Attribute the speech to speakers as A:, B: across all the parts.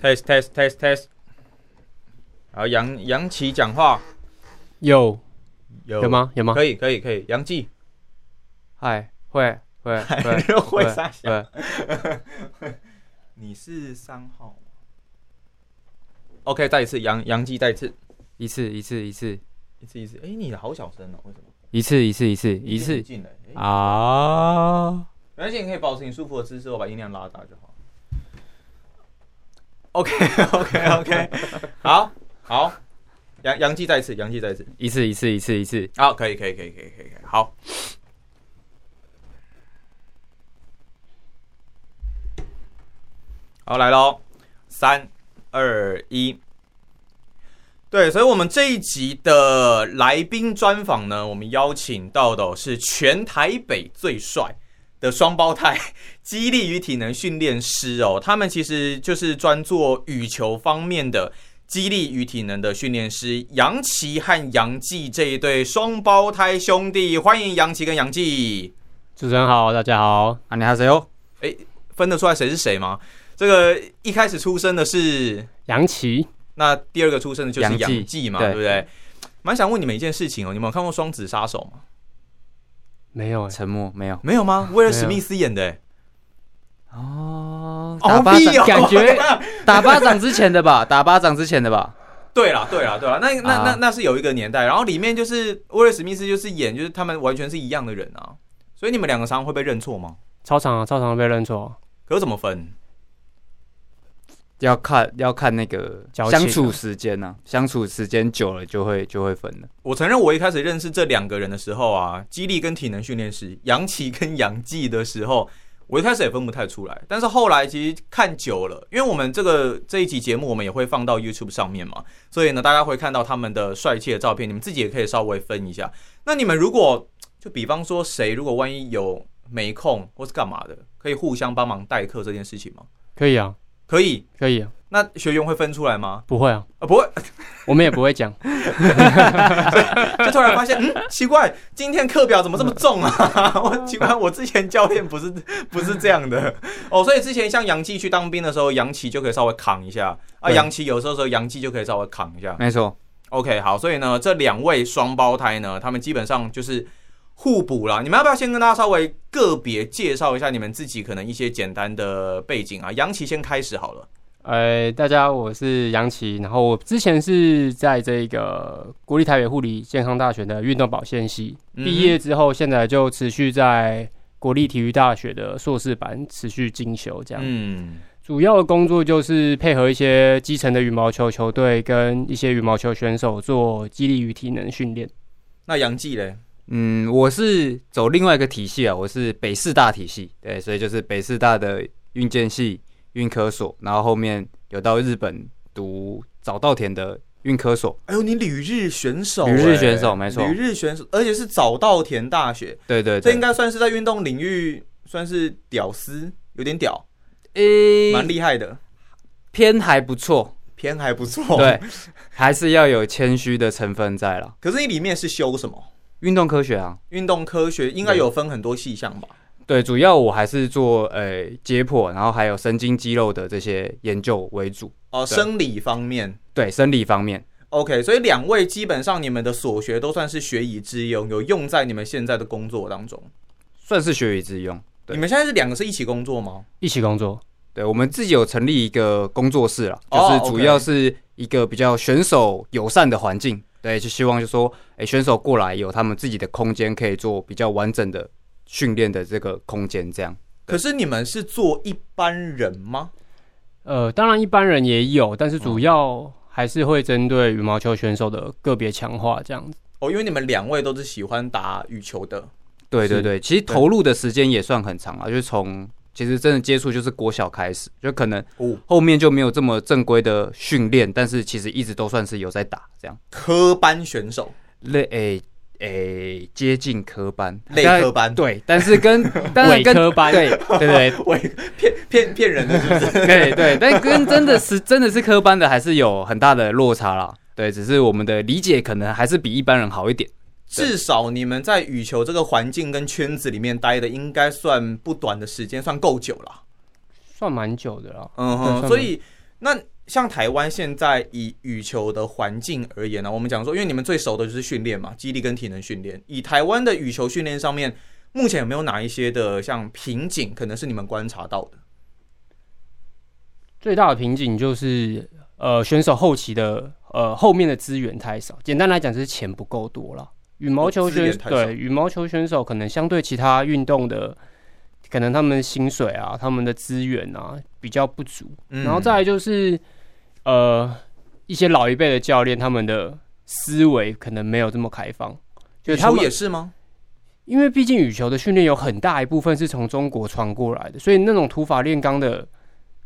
A: test test test test。好，杨杨奇讲话
B: 有
A: 有
B: 有？吗？有吗？
A: 可以可以可以，杨记
B: 嗨，会会 会
A: 又会三小，
B: 会，
A: 哎你是三号吗？OK，再一次杨杨记，再一次
B: 一次一次一次
A: 一次一次。哎，你的好小声哦，为什么？
B: 一次一次一次一
A: 你
B: 次
A: 进来，哎
B: 啊
A: 没关系，你可以保持你舒服的姿势，我把音量拉大就好。
B: ！OK OK OK，
A: 好，好，杨杨记再一次，杨记再一次。
B: 一次一次一次一次，
A: 好，啊可以，可以，可以，可以，可以，可以。好。好，来喽，三二一。对，所以，我们这一集的来宾专访呢，我们邀请到的是全台北最帅的双胞胎 激励与体能训练师哦，他们其实就是专做羽球方面的激励与体能的训练师杨琪和杨继这一对双胞胎兄弟，欢迎杨琪跟杨继。
B: 主持人好，大家啊好，哦안녕하세요，
A: 分得出来谁是谁吗？这个一开始出生的是，
B: 杨奇，
A: 那第二个出生的就是
C: 杨继
A: 杨继嘛，
C: 对
A: 对不对？蛮想问你们一件事情哦，你们有看过《双子杀手》吗？
B: 没有哎，
C: 沉默没有
A: 没有吗？威尔史
B: 没
A: 密
B: 有
A: 斯演的、欸，
C: 哦
A: 哦
C: 打巴
A: 屁哦
C: 掌感觉打巴掌之前的吧，打巴掌之前的吧，
A: 对啦，对啦，对啦，那那那
C: 啊
A: 那是有一个年代，然后里面就是威尔史密斯就是演，就是他们完全是一样的人啊，所以你们两个常常会被认错吗？
B: 操场啊，操场被认错，
A: 可是怎么分？
C: 要看要看那个
B: 交情啊
C: 相处时间呢、相处时间久了就会就会分了。
A: 我承认，我一开始认识这两个人的时候啊，激励跟体能训练师杨奇跟杨继的时候，我一开始也分不太出来。但是后来其实看久了，因为我们这个这一集节目我们也会放到 YouTube 上面嘛，所以呢，大家会看到他们的帅气的照片，你们自己也可以稍微分一下。那你们如果就比方说谁如果万一有没空或是干嘛的，可以互相帮忙代课这件事情吗？
B: 可以啊，
A: 可以。
B: 可以啊，
A: 那学员会分出来吗？
B: 不会啊，
A: 啊，不会，
B: 我们也不会讲，
A: 就突然发现，嗯，奇怪，今天课表怎么这么重啊？ 我奇怪，我之前教练不是不是这样的哦，所以之前像杨继去当兵的时候，杨琪就可以稍微扛一下啊，
B: 对
A: 杨琪有时候时候杨继就可以稍微扛一下。
C: 没错，
A: OK，好，所以呢，这两位双胞胎呢，他们基本上就是互补啦。你们要不要先跟大家稍微个别介绍一下你们自己可能一些简单的背景啊？杨琪先开始好了。
B: 呃，大家，我是杨琪，然后我之前是在这个国立台北护理健康大学的运动保健系
A: 嗯
B: 毕业之后，现在就持续在国立体育大学的硕士班持续进修，这样。
A: 嗯，
B: 主要的工作就是配合一些基层的羽毛球球队跟一些羽毛球选手做激励与体能训练。
A: 那杨继嘞？
C: 嗯，我是走另外一个体系啊，我是北师大体系，对，所以就是北师大的运健系、运科所，然后后面有到日本读早稻田的运科所，
A: 哎呦，你旅日选手、
C: 旅日
A: 哎
C: 选手没错
A: 旅日选手，而且是早稻田大学，
C: 对对
A: 这
C: 对，
A: 应该算是在运动领域算是屌丝，有点屌，
C: 诶、
A: 蛮厉害的，
C: 偏还不错，
A: 偏还不错。
C: 对，，还是要有谦虚的成分在啦。
A: 可是你里面是修什么？
C: 运动科学啊，
A: 运动科学应该有分很多细项吧？
C: 对，主要我还是做呃解剖，然后还有神经肌肉的这些研究为主。
A: 哦，
C: 对
A: 生理方面。
C: 对，生理方面，
A: OK，所以两位基本上你们的所学都算是学以致用，有用在你们现在的工作当中。
C: 算是学以致用。对
A: 你们现在是两个是一起工作吗？
B: 一起工作，
C: 对我们自己有成立一个工作室啦，就
A: 哦
C: 是主要是一个比较选手友善的环境。对，就希望就说，哎、选手过来有他们自己的空间，可以做比较完整的训练的这个空间，这样。
A: 可是你们是做一般人吗？
B: 呃，当然一般人也有，但是主要还是会针对羽毛球选手的个别强化这样子。
A: 哦，因为你们两位都是喜欢打羽球的。
C: 对
B: 是
C: 对对，其实投入的时间也算很长啊，就是从其实真的接触就是国小开始，就可能
A: 哦
C: 后面就没有这么正规的训练，但是其实一直都算是有在打这样。
A: 科班选手，
C: 类诶诶接近科班，
A: 类科班
C: 对，但是跟 但是
B: 伪
C: 跟
B: 科班
C: 对对对
A: 喂，骗骗骗人的是不是？
C: 对对，但跟真的是真的是科班的还是有很大的落差啦。对，只是我们的理解可能还是比一般人好一点。
A: 至少你们在羽球这个环境跟圈子里面待的，应该算不短的时间，算够久了。
B: 算蛮久的啦。
A: 嗯
B: 对算
A: 哼，
B: 蛮
A: 所以那像台湾现在以羽球的环境而言呢、我们讲说，因为你们最熟的就是训练嘛，肌力跟体能训练。以台湾的羽球训练上面，目前有没有哪一些的像瓶颈，可能是你们观察到的？
B: 最大的瓶颈就是呃选手后期的呃后面的资源太少，简单来讲就是钱不够多了。羽毛球
A: 资
B: 选
A: 源太少
B: 对羽毛球选手可能相对其他运动的，可能他们的薪水啊、他们的资源啊比较不足，
A: 嗯
B: 然后再来就是呃一些老一辈的教练他们的思维可能没有这么开放，就
A: 羽
B: 是他
A: 球
B: 们
A: 也是吗？
B: 因为毕竟羽球的训练有很大一部分是从中国传过来的，所以那种土法炼钢的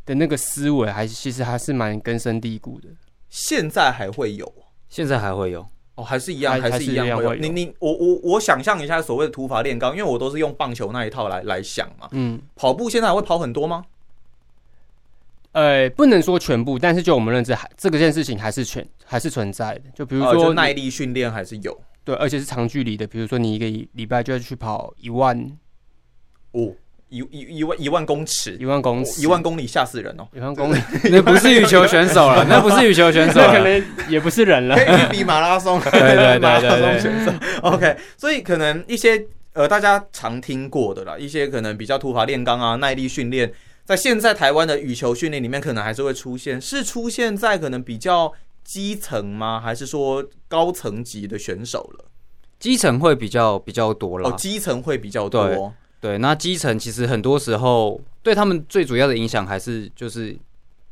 B: 的那个思维，还是其实还是蛮根深蒂固的。
A: 现在还会有
C: 现在还会有，
A: 哦，还是一样，
B: 还
A: 还是一样
B: 还是一样
A: 会
B: 会
A: 有。
B: 有
A: 你你我我我想象一下所谓的土法炼钢，因为我都是用棒球那一套来来想嘛。
B: 嗯，
A: 跑步现在还会跑很多吗？
B: 呃，不能说全部，但是就我们认知，还这个件事情还是全还是存在的。就比如
A: 呃就
B: 说你、
A: 耐力训练还是有
B: 对，而且是长距离的，比如说你一个礼礼拜就要去跑一万
A: 哦，一一一万一万公尺，
B: 一万公
A: 哦
B: 尺，
A: 一万公里吓死人哦，
B: 一万公里，
C: 那不是羽球选手 了，那不是羽球 选手
B: 那可
C: 了。
B: 能也不是人了
A: 可。以去比马拉松。
C: 对对 对
A: 马拉
C: 对
A: 松
C: 对
A: 选手。OK，所以可能一些呃大家常听过的啦，一些可能比较土法炼钢啊、耐力训练，在现在台湾的羽球训练里面，可能还是会出现，是出现在可能比较基层吗？还是说高层级的选手了？
C: 基层会比较比较多
A: 哦
C: 啦，，
A: 基层会比较多
C: 对。对，那基层其实很多时候对他们最主要的影响还是就是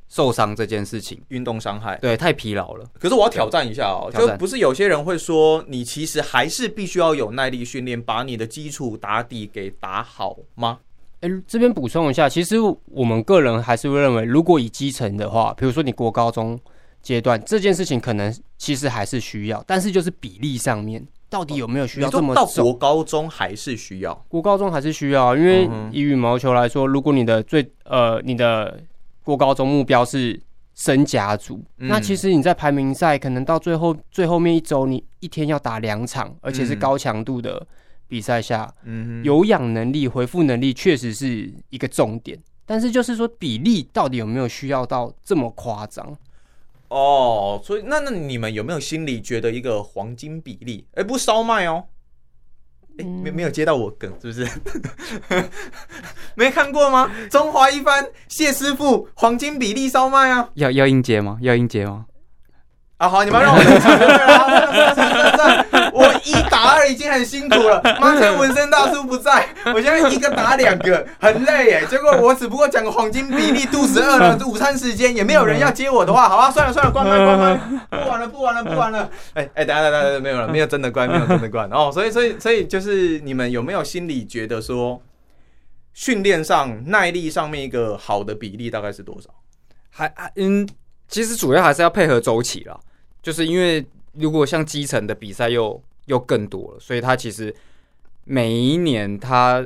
C: 受伤这件事情，
A: 运动伤害，
C: 对，太疲劳了，
A: 可是我要挑战一下哦，
C: 挑
A: 就
C: 战
A: 不是有些人会说，你其实还是必须要有耐力训练，把你的基础打底给打好吗？
B: 哎、这边补充一下，其实我们个人还是会认为，如果以基层的话，比如说你国高中阶段这件事情，可能其实还是需要，但是就是比例上面，到底有没有需要
A: 你
B: 这
A: 说
B: 么
A: 到
B: 重？
A: 国高中还是需要。
B: 国高中还是需要，因为
A: 嗯哼
B: 以羽毛球来说，如果你的最呃你的国高中目标是升甲组，
A: 嗯
B: 那其实你在排名赛可能到最后最后面一周，你一天要打两场，而且是
A: 嗯
B: 高强度的比赛下，
A: 嗯哼，
B: 有氧能力、回复能力确实是一个重点，但是就是说比例到底有没有需要到这么夸张？
A: 哦，所以那那你们有没有心里觉得一个黄金比例？哎、不是烧麦哦，哎、
B: 嗯
A: 没没有接到我梗是不是？ 没看过吗？中华一番谢师傅黄金比例烧麦啊！
C: 要要应接吗？要应接吗？
A: 啊，好，你们让我讲这个啦算了啊算了算了算了我一打二已经很辛苦了，妈趁纹身大叔不在，我现在一个打两个，很累耶。结果我只不过讲个黄金比例，肚子饿了，午餐时间也没有人要接我的话，好吧，算了算了，关麦关麦，不玩了不玩了不玩了。哎哎，等一下等一下等一下，没有了，没有真的关，没有真的关。哦，所以所以所以就是你们有没有心里觉得说，训练上耐力上面一个好的比例大概是多少？
C: 还还嗯，其实主要还是要配合周期啦，就是因为如果像基层的比赛又又更多了，所以它其实每一年它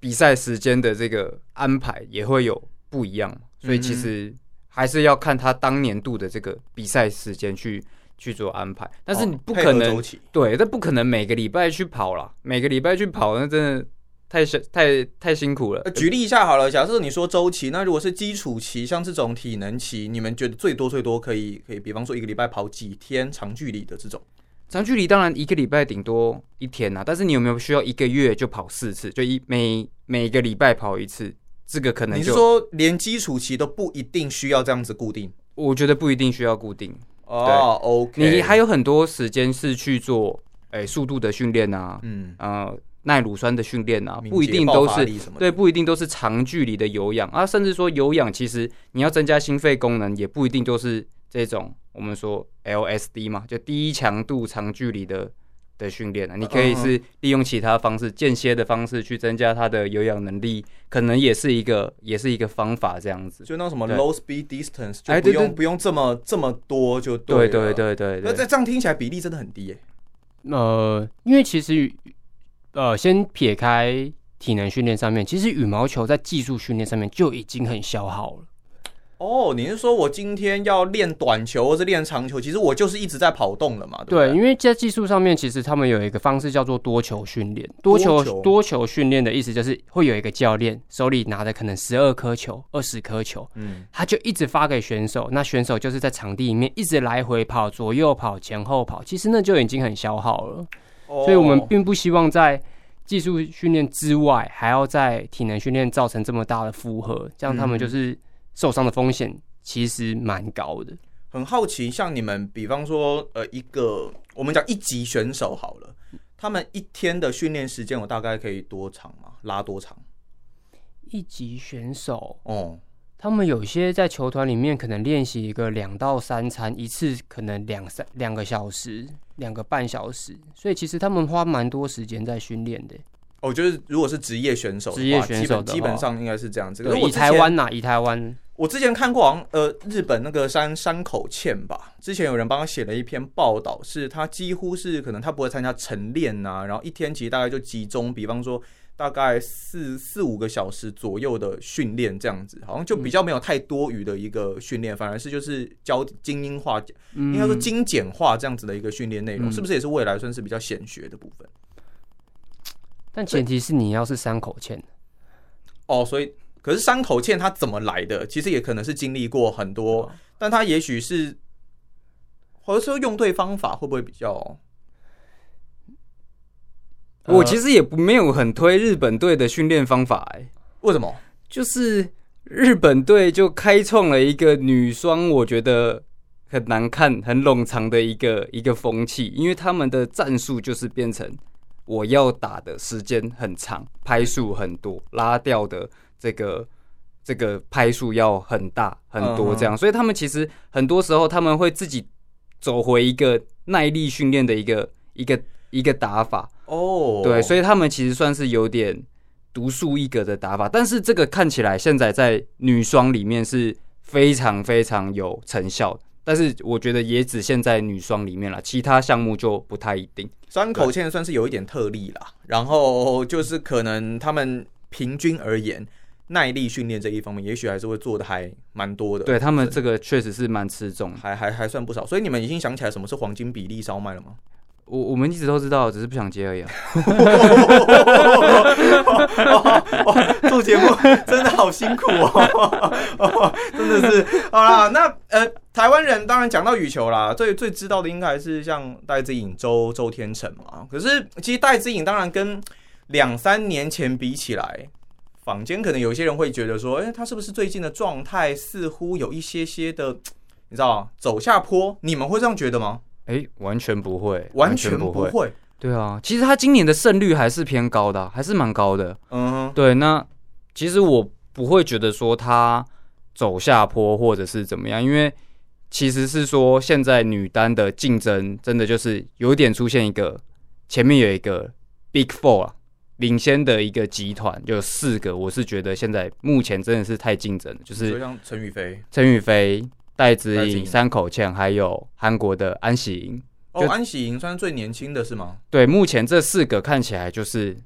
C: 比赛时间的这个安排也会有不一样嘛，所以
A: 嗯
C: 其实还是要看他当年度的这个比赛时间去去做安排，但是你不可
A: 哦配合
C: 能、
A: 周期
C: 对，但不可能每个礼拜去跑啦，每个礼拜去跑那真的太辛太太辛苦了
A: 呃，，举例一下好了，假设你说周期，那如果是基础期，像这种体能期，你们觉得最多最多可以可以，比方说一个礼拜跑几天长距离的这种，
C: 长距离当然一个礼拜顶多一天啊呐、但是你有没有需要一个月就跑四次，就一每每个礼拜跑一次？这个可能
A: 你是
C: 就
A: 说连基础期都不一定需要这样子固定？
C: 我觉得不一定需要固定，
A: 哦，OK，
C: 你还有很多时间是去做诶、速度的训练啊，
A: 嗯，
C: 呃耐乳酸的训练啊，
A: 敏捷
C: 不一定
A: 爆
C: 都
A: 发
C: 是
A: 力什么的
C: 对，不一定都是长距离的有氧啊，甚至说有氧其实你要增加心肺功能，也不一定都是这种我们说 LSD 嘛，就低强度长距离的的训练啊，你可以是利用其他方式间歇的方式去增加它的有氧能力，可能也是一个也是一个方法这样子。
A: 就那种什么
C: 对
A: low speed distance 就
C: 哎
A: 不
C: 对对
A: 用不用这么这么多就
C: 对啊
A: 对
C: 对
A: 了，
C: 对对
A: 那
C: 对
A: 这这样听起来比例真的很低耶。
B: 呃，因为其实呃，先撇开体能训练上面，其实羽毛球在技术训练上面就已经很消耗了。
A: 哦，你是说我今天要练短球或是练长球，其实我就是一直在跑动了嘛？对
B: 对，
A: 不对，
B: 因为在技术上面，其实他们有一个方式叫做多球训练。
A: 多
B: 多球
A: 球
B: 多球训练的意思就是会有一个教练手里拿的可能十二颗球、二十颗球，
A: 嗯，
B: 他就一直发给选手，那选手就是在场地里面一直来回跑、左右跑、前后跑，其实那就已经很消耗了。所以我们
A: 哦
B: 并不希望在技术训练之外，还要在体能训练造成这么大的负荷，这样他们
A: 嗯
B: 就是受伤的风险其实蛮高的。
A: 很好奇，像你们，比方说，呃，一个我们讲一级选手好了，他们一天的训练时间，我大概可以多长嘛？拉多长？
B: 一级选手
A: 哦，
B: 他们有些在球团里面可能练习一个两到三餐，一次可能两三两个小时、两个半小时，所以其实他们花蛮多时间在训练的。
A: 哦，就是如果是职业选手的话，
B: 职业选手的
A: 基本基
B: 话
A: 本上应该是这样子。可
B: 对，
A: 是我
B: 以
A: 之
B: 台
A: 前
B: 湾呐、啊以台湾
A: 我之前看过，好像呃，日本那个山山口茜吧，之前有人帮他写了一篇报道，是他几乎是可能他不会参加晨练呐、然后一天其实大概就集中，比方说大概四四五个小时左右的训练这样子，好像就比较没有太多余的一个训练，反而是就是教精英化，
B: 嗯
A: 应该说精简化这样子的一个训练内容，
C: 嗯
A: 是不是也是未来算是比较显学的部分？
B: 但前提是你要是三口签，
A: 哦，所以可是山口茜她怎么来的？其实也可能是经历过很多，
C: 哦
A: 但她也许是，或者说用对方法会不会比较？
B: 呃
C: 我其实也不没有很推日本队的训练方法、哎，
A: 为什么？
C: 就是日本队就开创了一个女双，我觉得很难看、很冗长的一个一个风气，因为他们的战术就是变成我要打的时间很长，拍数很多，拉掉的这个这个拍数要很大很多这样，所以他们其实很多时候他们会自己走回一个耐力训练的一个一个一个打法，
A: 哦，
C: 对，所
A: 以
C: 以他们其实算是有点独树一格的打法，但是这个看起来现在在女双里面是非常非常有成效的，但是我觉得也只限在女双里面了，其他项目就不太一定。
A: 山口茜算是有一点特例啦。然后就是可能他们平均而言，耐力训练这一方面，也许还是会做的还蛮多的。
C: 对。他们这个确实是蛮吃重的，
A: 还还还算不少，所以你们已经想起来什么是黄金比例烧麦了吗？
C: 我我们一直都知道，只是不想接而已、啊。
A: 做节目真的好辛苦哦， 真的是。好啦，那呃，台湾人当然讲到羽球啦，最最知道的应该还是像戴资颖、周周天成嘛。可是其实戴资颖当然跟两三年前比起来，坊间可能有些人会觉得说，哎、他是不是最近的状态似乎有一些些的，你知道走下坡？你们会这样觉得吗？
C: 哎、完全不会，
A: 嗯完全不
C: 会。
A: 会。
C: 对啊，其实他今年的胜率还是偏高的啊、还是蛮高的。
A: 嗯哼，
C: 对，那其实我不会觉得说他走下坡或者是怎么样，因为其实是说现在女单的竞争真的就是有点出现一个前面有一个 Big Four 啊，领先的一个集团有四个，我是觉得现在目前真的是太竞争了，就
A: 就是像陈宇飞。
C: 陈雨菲、戴
A: 啊戴
C: 子
A: 资
C: 颖、
A: 颖
C: 山口茜，还有韩国的安喜莹。
A: 哦，
C: 就
A: 安喜莹算是最年轻的是吗？
C: 对，目前这四个看起来就是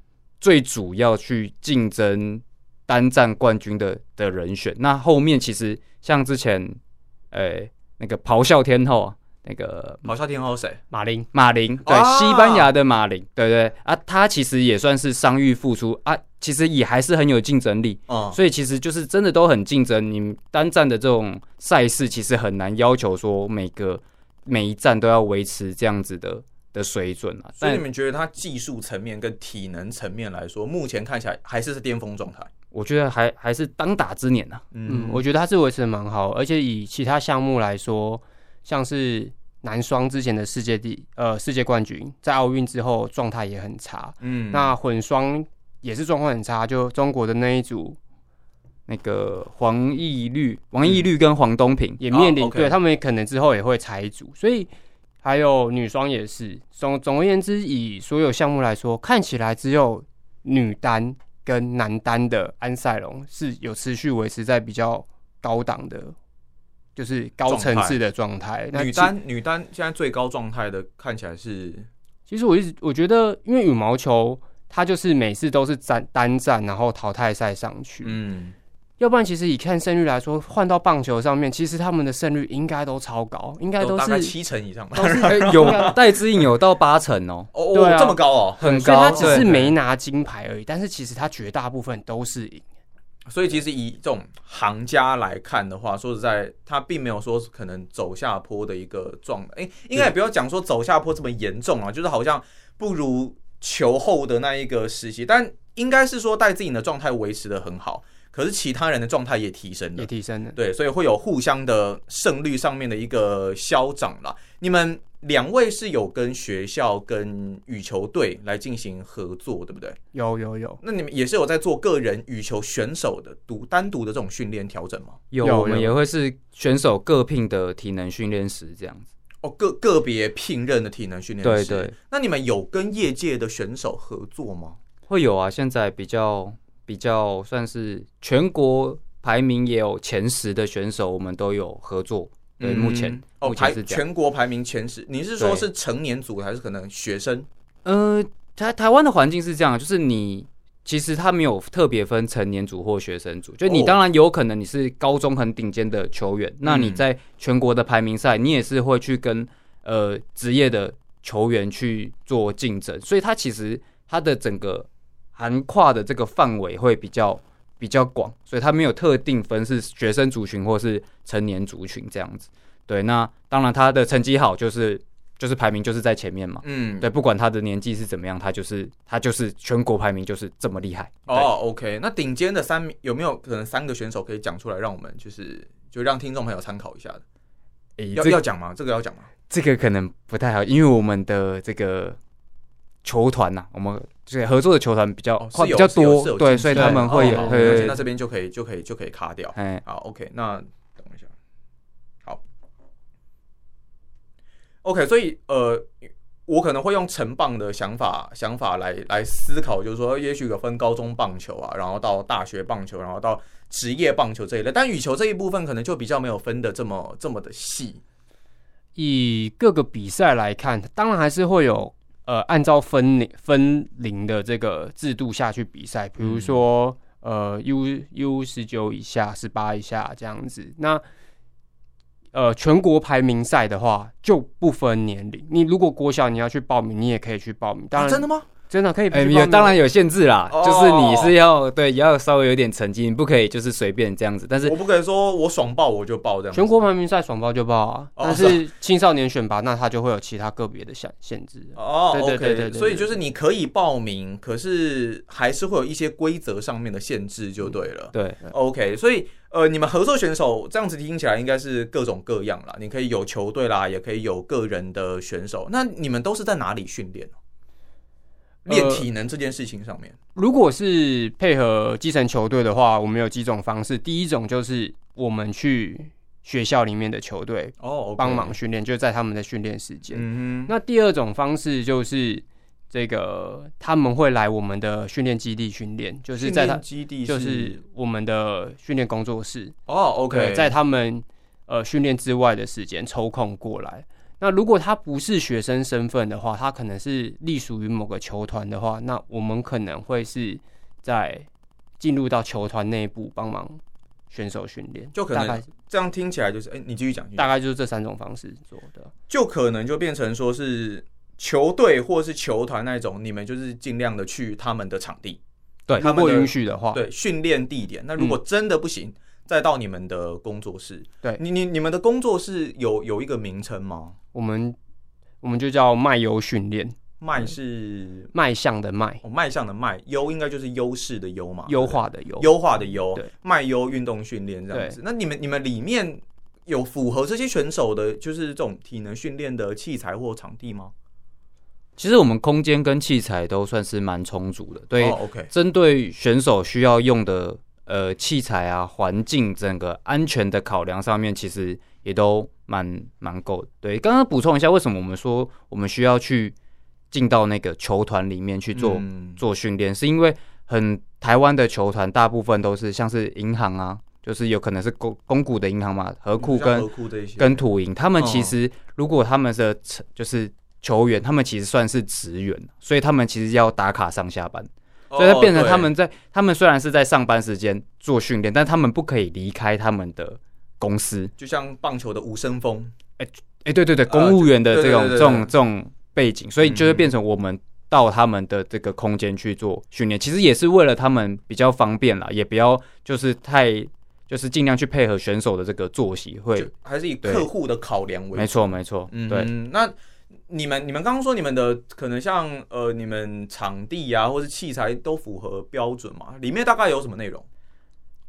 C: 最主要去竞争单战冠军的的人选。那后面其实像之前，呃、那个咆哮天后啊，那个
A: 咆哮天后谁？
B: 马林
C: 马林，对，
A: 啊
C: 西班牙的马林，对对啊，他其实也算是伤愈复出啊，其实也还是很有竞争力。
A: 嗯，
C: 所以其实就是真的都很竞争，你们单站的这种赛事其实很难要求说每个每一站都要维持这样子的的水准啊。
A: 所以
C: 但
A: 你们觉得他技术层面跟体能层面来说，目前看起来还是是巅峰状态。
C: 我觉得还还是当打之年呐、啊。
B: 嗯，我觉得他是维持的蛮好，而且以其他项目来说，像是男双之前的世界第呃世界冠军，在奥运之后状态也很差，
A: 嗯
B: 那混双也是状况很差，就中国的那一组
C: 那个黄奕
B: 嗯
C: 律、王奕律跟黄 东平，
B: 也
A: 哦
B: 面临、
A: ，OK
B: 对他们可能之后也会裁组，所以还有女双也是。总总而言之，以所有项目来说，看起来只有女单跟男单的安赛龙是有持续维持在比较高档的，就是高层次的状态。那
A: 女
B: 其
A: 单女单现在最高状态的看起来是
B: 其实我一直我觉得，因为羽毛球它就是每次都是单单战，然后淘汰赛上去。
A: 嗯
B: 要不然，其实以看胜率来说，换到棒球上面，其实他们的胜率应该都超高，应该
A: 都大概
B: 是
A: 七成以上吧。
B: 都是
C: 哎
B: 应
C: 有
B: 该
C: 戴之颖有到八成哦，
A: 哦，
B: 对啊
A: 这么高哦，
C: 很
B: 所以
C: 高，
B: 他只是
C: 对
B: 没拿金牌而已，但是其实他绝大部分都是赢。
A: 所以其实以这种行家来看的话，说实在，他并没有说可能走下坡的一个状，哎、应该也不要讲说走下坡这么严重啊，就是好像不如球后的那一个时期，但应该是说戴自己的状态维持的很好，可是其他人的状态也提升了
B: 也。提升了。
A: 对，所以会有互相的胜率上面的一个消长啦。你们两位是有跟学校、跟羽球队来进行合作，对不对？
B: 有有有，
A: 那你们也是有在做个人羽球选手的独单独的这种训练调整吗？
C: 有
B: 有
C: 我们
B: 有
C: 也会是选手各聘的体能训练师这样子，
A: 哦，个个别聘任的体能训练
C: 对
A: 师。
C: 对。
A: 那你们有跟业界的选手合作吗？
C: 会有啊。现在比较比较算是全国排名也有前十的选手，我们都有合作。对，
B: 嗯
C: 目前
A: 哦，
C: 目前
A: 排
C: 是这样。
A: 全国排名前十，你是说
C: 对
A: 是成年组还是可能学生？
C: 呃，台台湾的环境是这样，就是你其实它没有特别分成年组或学生组，就你
A: 哦
C: 当然有可能你是高中很顶尖的球员，那你
A: 嗯
C: 在全国的排名赛，你也是会去跟呃职业的球员去做竞争，所以它其实它的整个涵跨的这个范围会比较。比较广，所以它没有特定分是学生族群或是成年族群这样子。对，那当然他的成绩好，就是就是排名就是在前面嘛。
A: 嗯，
C: 对，不管他的年纪是怎么样，他就是他就是全国排名就是这么厉害。对，
A: 哦，OK，那顶尖的三名有没有可能三个选手可以讲出来，让我们就是就让听众朋友参考一下的？
C: 诶
A: 要
C: 这
A: 要讲吗？这个要讲吗？
C: 这个可能不太好，因为我们的这个球团呐、我们这个合作的球团比较、
A: 哦，是
C: 比
A: 有
C: 较
A: 是有
C: 多，对，所以他们会有，
A: 哦、了解
C: 对
A: 那这边就可以就可以就可以卡掉。
C: 哎，
A: 好，OK，那等一下，好，OK，所以呃，我可能会用成棒的想法想法来来思考，就是说，也许有分高中棒球啊，然后到大学棒球，然后到职业棒球这一类，但羽球这一部分可能就比较没有分的这么这么的细。
B: 以各个比赛来看，当然还是会有呃按照分龄分龄的这个制度下去比赛，比
C: 嗯
B: 如说、呃 U U 十九以下、十八以下这样子。那呃全国排名赛的话就不分年龄，你如果国小你要去报名，你也可以去报名。当
A: 啊
B: 然、
A: 真的吗？
B: 哦真的可以去
C: 哎、
B: 报名，
C: 有当然有限制啦，
A: 哦
C: 就是你是要对，也要稍微有点成绩，你不可以就是随便这样子。但是
A: 我不可以说我爽报我就报这样子。
B: 全国排名赛爽报就报啊，
A: 哦
B: 但是青少年选拔那它就会有其他个别的限限制。
A: 哦
B: 对对对对对
A: o k
B: 对
A: 所以就是你可以报名，可是还是会有一些规则上面的限制，就对了。
C: 对，
A: OK，所以呃，你们合作选手这样子听起来应该是各种各样啦，你可以有球队啦，也可以有个人的选手。那你们都是在哪里训练？练体能这件事情上面，
B: 如果是配合基层球队的话，我们有几种方式。第一种就是我们去学校里面的球队
A: 哦，
B: 帮忙，训练，就在他们的训练时间。
A: 嗯哼，
B: 那第二种方式就是这个他们会来我们的训练基地训练，就是在他
A: 基地
B: 就是我们的训练工作室，
A: 哦
B: 对，
A: ，OK，
B: 在他们呃训练之外的时间抽空过来。那如果他不是学生身份的话，他可能是隶属于某个球团的话，那我们可能会是在进入到球团内部帮忙选手训练，
A: 就可
B: 大
A: 能
B: 概
A: 这样听起来就是，哎、你继续讲，
B: 大概就是这三种方式做的。
A: 就可能就变成说是球队或是球团那种，你们就是尽量的去他们的场地，
C: 对
A: 他
B: 如
A: 们
B: 果
A: 的
B: 允许的话，
A: 对训练地点。那如
C: 嗯
A: 果真的不行，再到你们的工作室。
B: 对
A: 你你你们的工作室有有一个名称吗？
B: 我们我们就叫卖优训练，
C: 嗯
A: 迈是
B: 卖相的卖，
A: 哦，迈向的迈，优应该就是优势的优嘛，
B: 优化的优
A: 对不对优化的优
B: 对，
A: 迈优运动训练这样子。那你们你们里面有符合这些选手的，就是这种体能训练的器材或场地吗？
C: 其实我们空间跟器材都算是蛮充足的，对
A: 哦、，OK，
C: 针对选手需要用的呃器材啊、环境整个安全的考量上面，其实也都蛮蛮够的。对，刚刚补充一下，为什么我们说我们需要去进到那个球团里面去做、
A: 嗯
C: 做训练，是因为很台湾的球团大部分都是像是银行啊，就是有可能是公公股的银行嘛，和库嗯
A: 像
C: 跟
A: 河库这一些
C: 跟土银，他们
A: 哦
C: 其实如果他们的成就是球员，他们其实算是职员，所以他们其实要打卡上下班。所以它变成
A: 哦
C: 他们在他们虽然是在上班时间做训练，但他们不可以离开他们的公司。
A: 就像棒球的无声风，
C: 哎、对对
A: 呃
C: 对，公务员的
A: 对
C: 这
A: 对
C: 种、
A: 对对
C: 这种
A: 对
C: 这种背景，所以就会
A: 嗯
C: 变成我们到他们的这个空间去做训练，其实也是为了他们比较方便啦，也不要就是太就是尽量去配合选手的这个作息会
A: 就。还是以
C: 对
A: 客户的考量为
C: 没
A: 主。
C: 错没错，
A: 嗯，
C: 对，
A: 那你们你们刚刚说你们的可能像呃你们场地啊或是器材都符合标准嘛？里面大概有什么内容？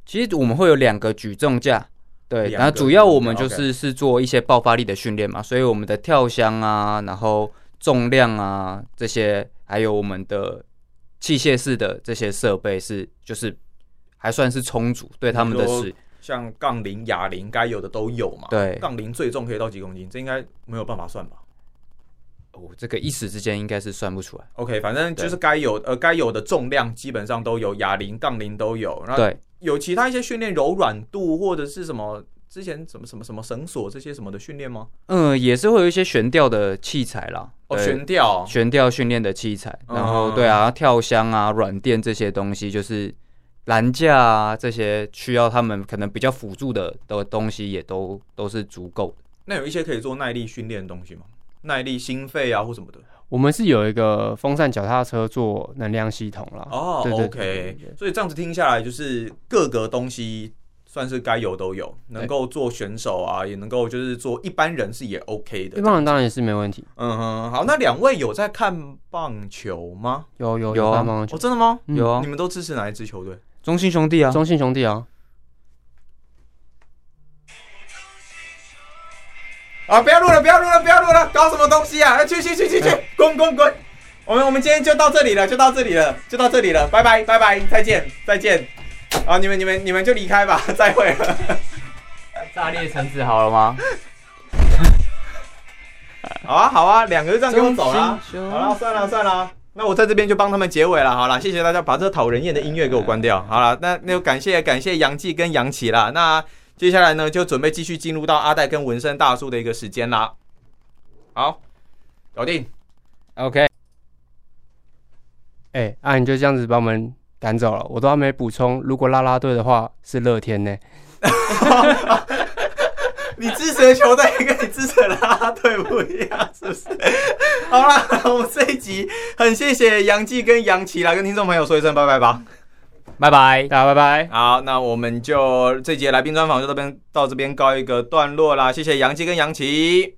C: 其实我们会有两个举重架，对，
A: 两个
C: 然后主要我们
A: 举重
C: 就
A: 架
C: 是是做一些爆发力的训练嘛，所以我们的跳箱啊，然后重量啊这些，还有我们的器械式的这些设备是就是还算是充足，对他们的
A: 你说
C: 使
A: 像杠铃、哑铃该有的都有嘛？
C: 对
A: 杠铃最重可以到几公斤？这应该没有办法算吧
C: 哦，这个一时之间应该是算不出来。
A: ？OK，反正就是该有呃该有的重量基本上都有，哑铃、杠铃都有。然后
C: 对，
A: 有其他一些训练柔软度或者是什么之前什么什么什么绳索这些什么的训练吗？
C: 嗯，也是会有一些悬吊的器材啦，
A: 哦，
C: 对
A: 悬吊
C: 悬吊训练的器材，
A: 嗯
C: 然后对啊，跳箱啊、软垫这些东西，就是栏架啊这些需要他们可能比较辅助的的东西，也都都是足够的。
A: 那有一些可以做耐力训练的东西吗？耐力、心肺啊或什么的。
B: 我们是有一个风扇脚踏车做能量系统啦。
A: 哦
B: 对对
A: o
B: 对对
A: k
B: 对
A: 所以这样子听下来，就是各个东西算是该有都有，能够做选手啊，也能够就是做一般人是也 OK 的。
B: 一般人当然也是没问题。
A: 嗯哼，好，那两位有在看棒球吗？
B: 有有
C: 有啊
B: 帮忙
A: 哦，真的吗？
B: 嗯
C: 有啊
A: 你，们都支持哪一支球队？
C: 中信兄弟啊，
B: 中信兄弟啊，
A: 啊，不要录了，不要录了，不要录了，搞什么东西啊？去去去去
B: 哎
A: 去，滚滚滚！我们我们今天就到这里了，就到这里了，就到这里了，拜拜拜拜，再见再见。啊，你们你们你们就离开吧， 再会了。
C: 炸裂橙子好了吗？
A: 好啊好啊，两个就这样跟我走啦、好
C: 好
A: 了，算了算了，那我在这边就帮他们结尾了。好了，谢谢大家，把这讨人厌的音乐给我关掉。好了，那那就感谢感谢杨记跟杨琪啦。那接下来呢，就准备继续进入到阿戴跟纹身大叔的一个时间啦。好，搞定。
C: ，OK，
B: 哎、啊，你就这样子把我们赶走了，我都还没补充。如果啦啦队的话是乐天呢、
A: 你支持的球队跟你支持的啦啦队不一样，是不是？好啦，我们这一集很谢谢杨记跟杨琪啦，跟听众朋友说一声拜拜吧。
C: 拜拜。
B: 大家拜拜。
A: 好，那我们就这节来宾专访就这边到这边告一个段落啦，谢谢杨记跟杨琪。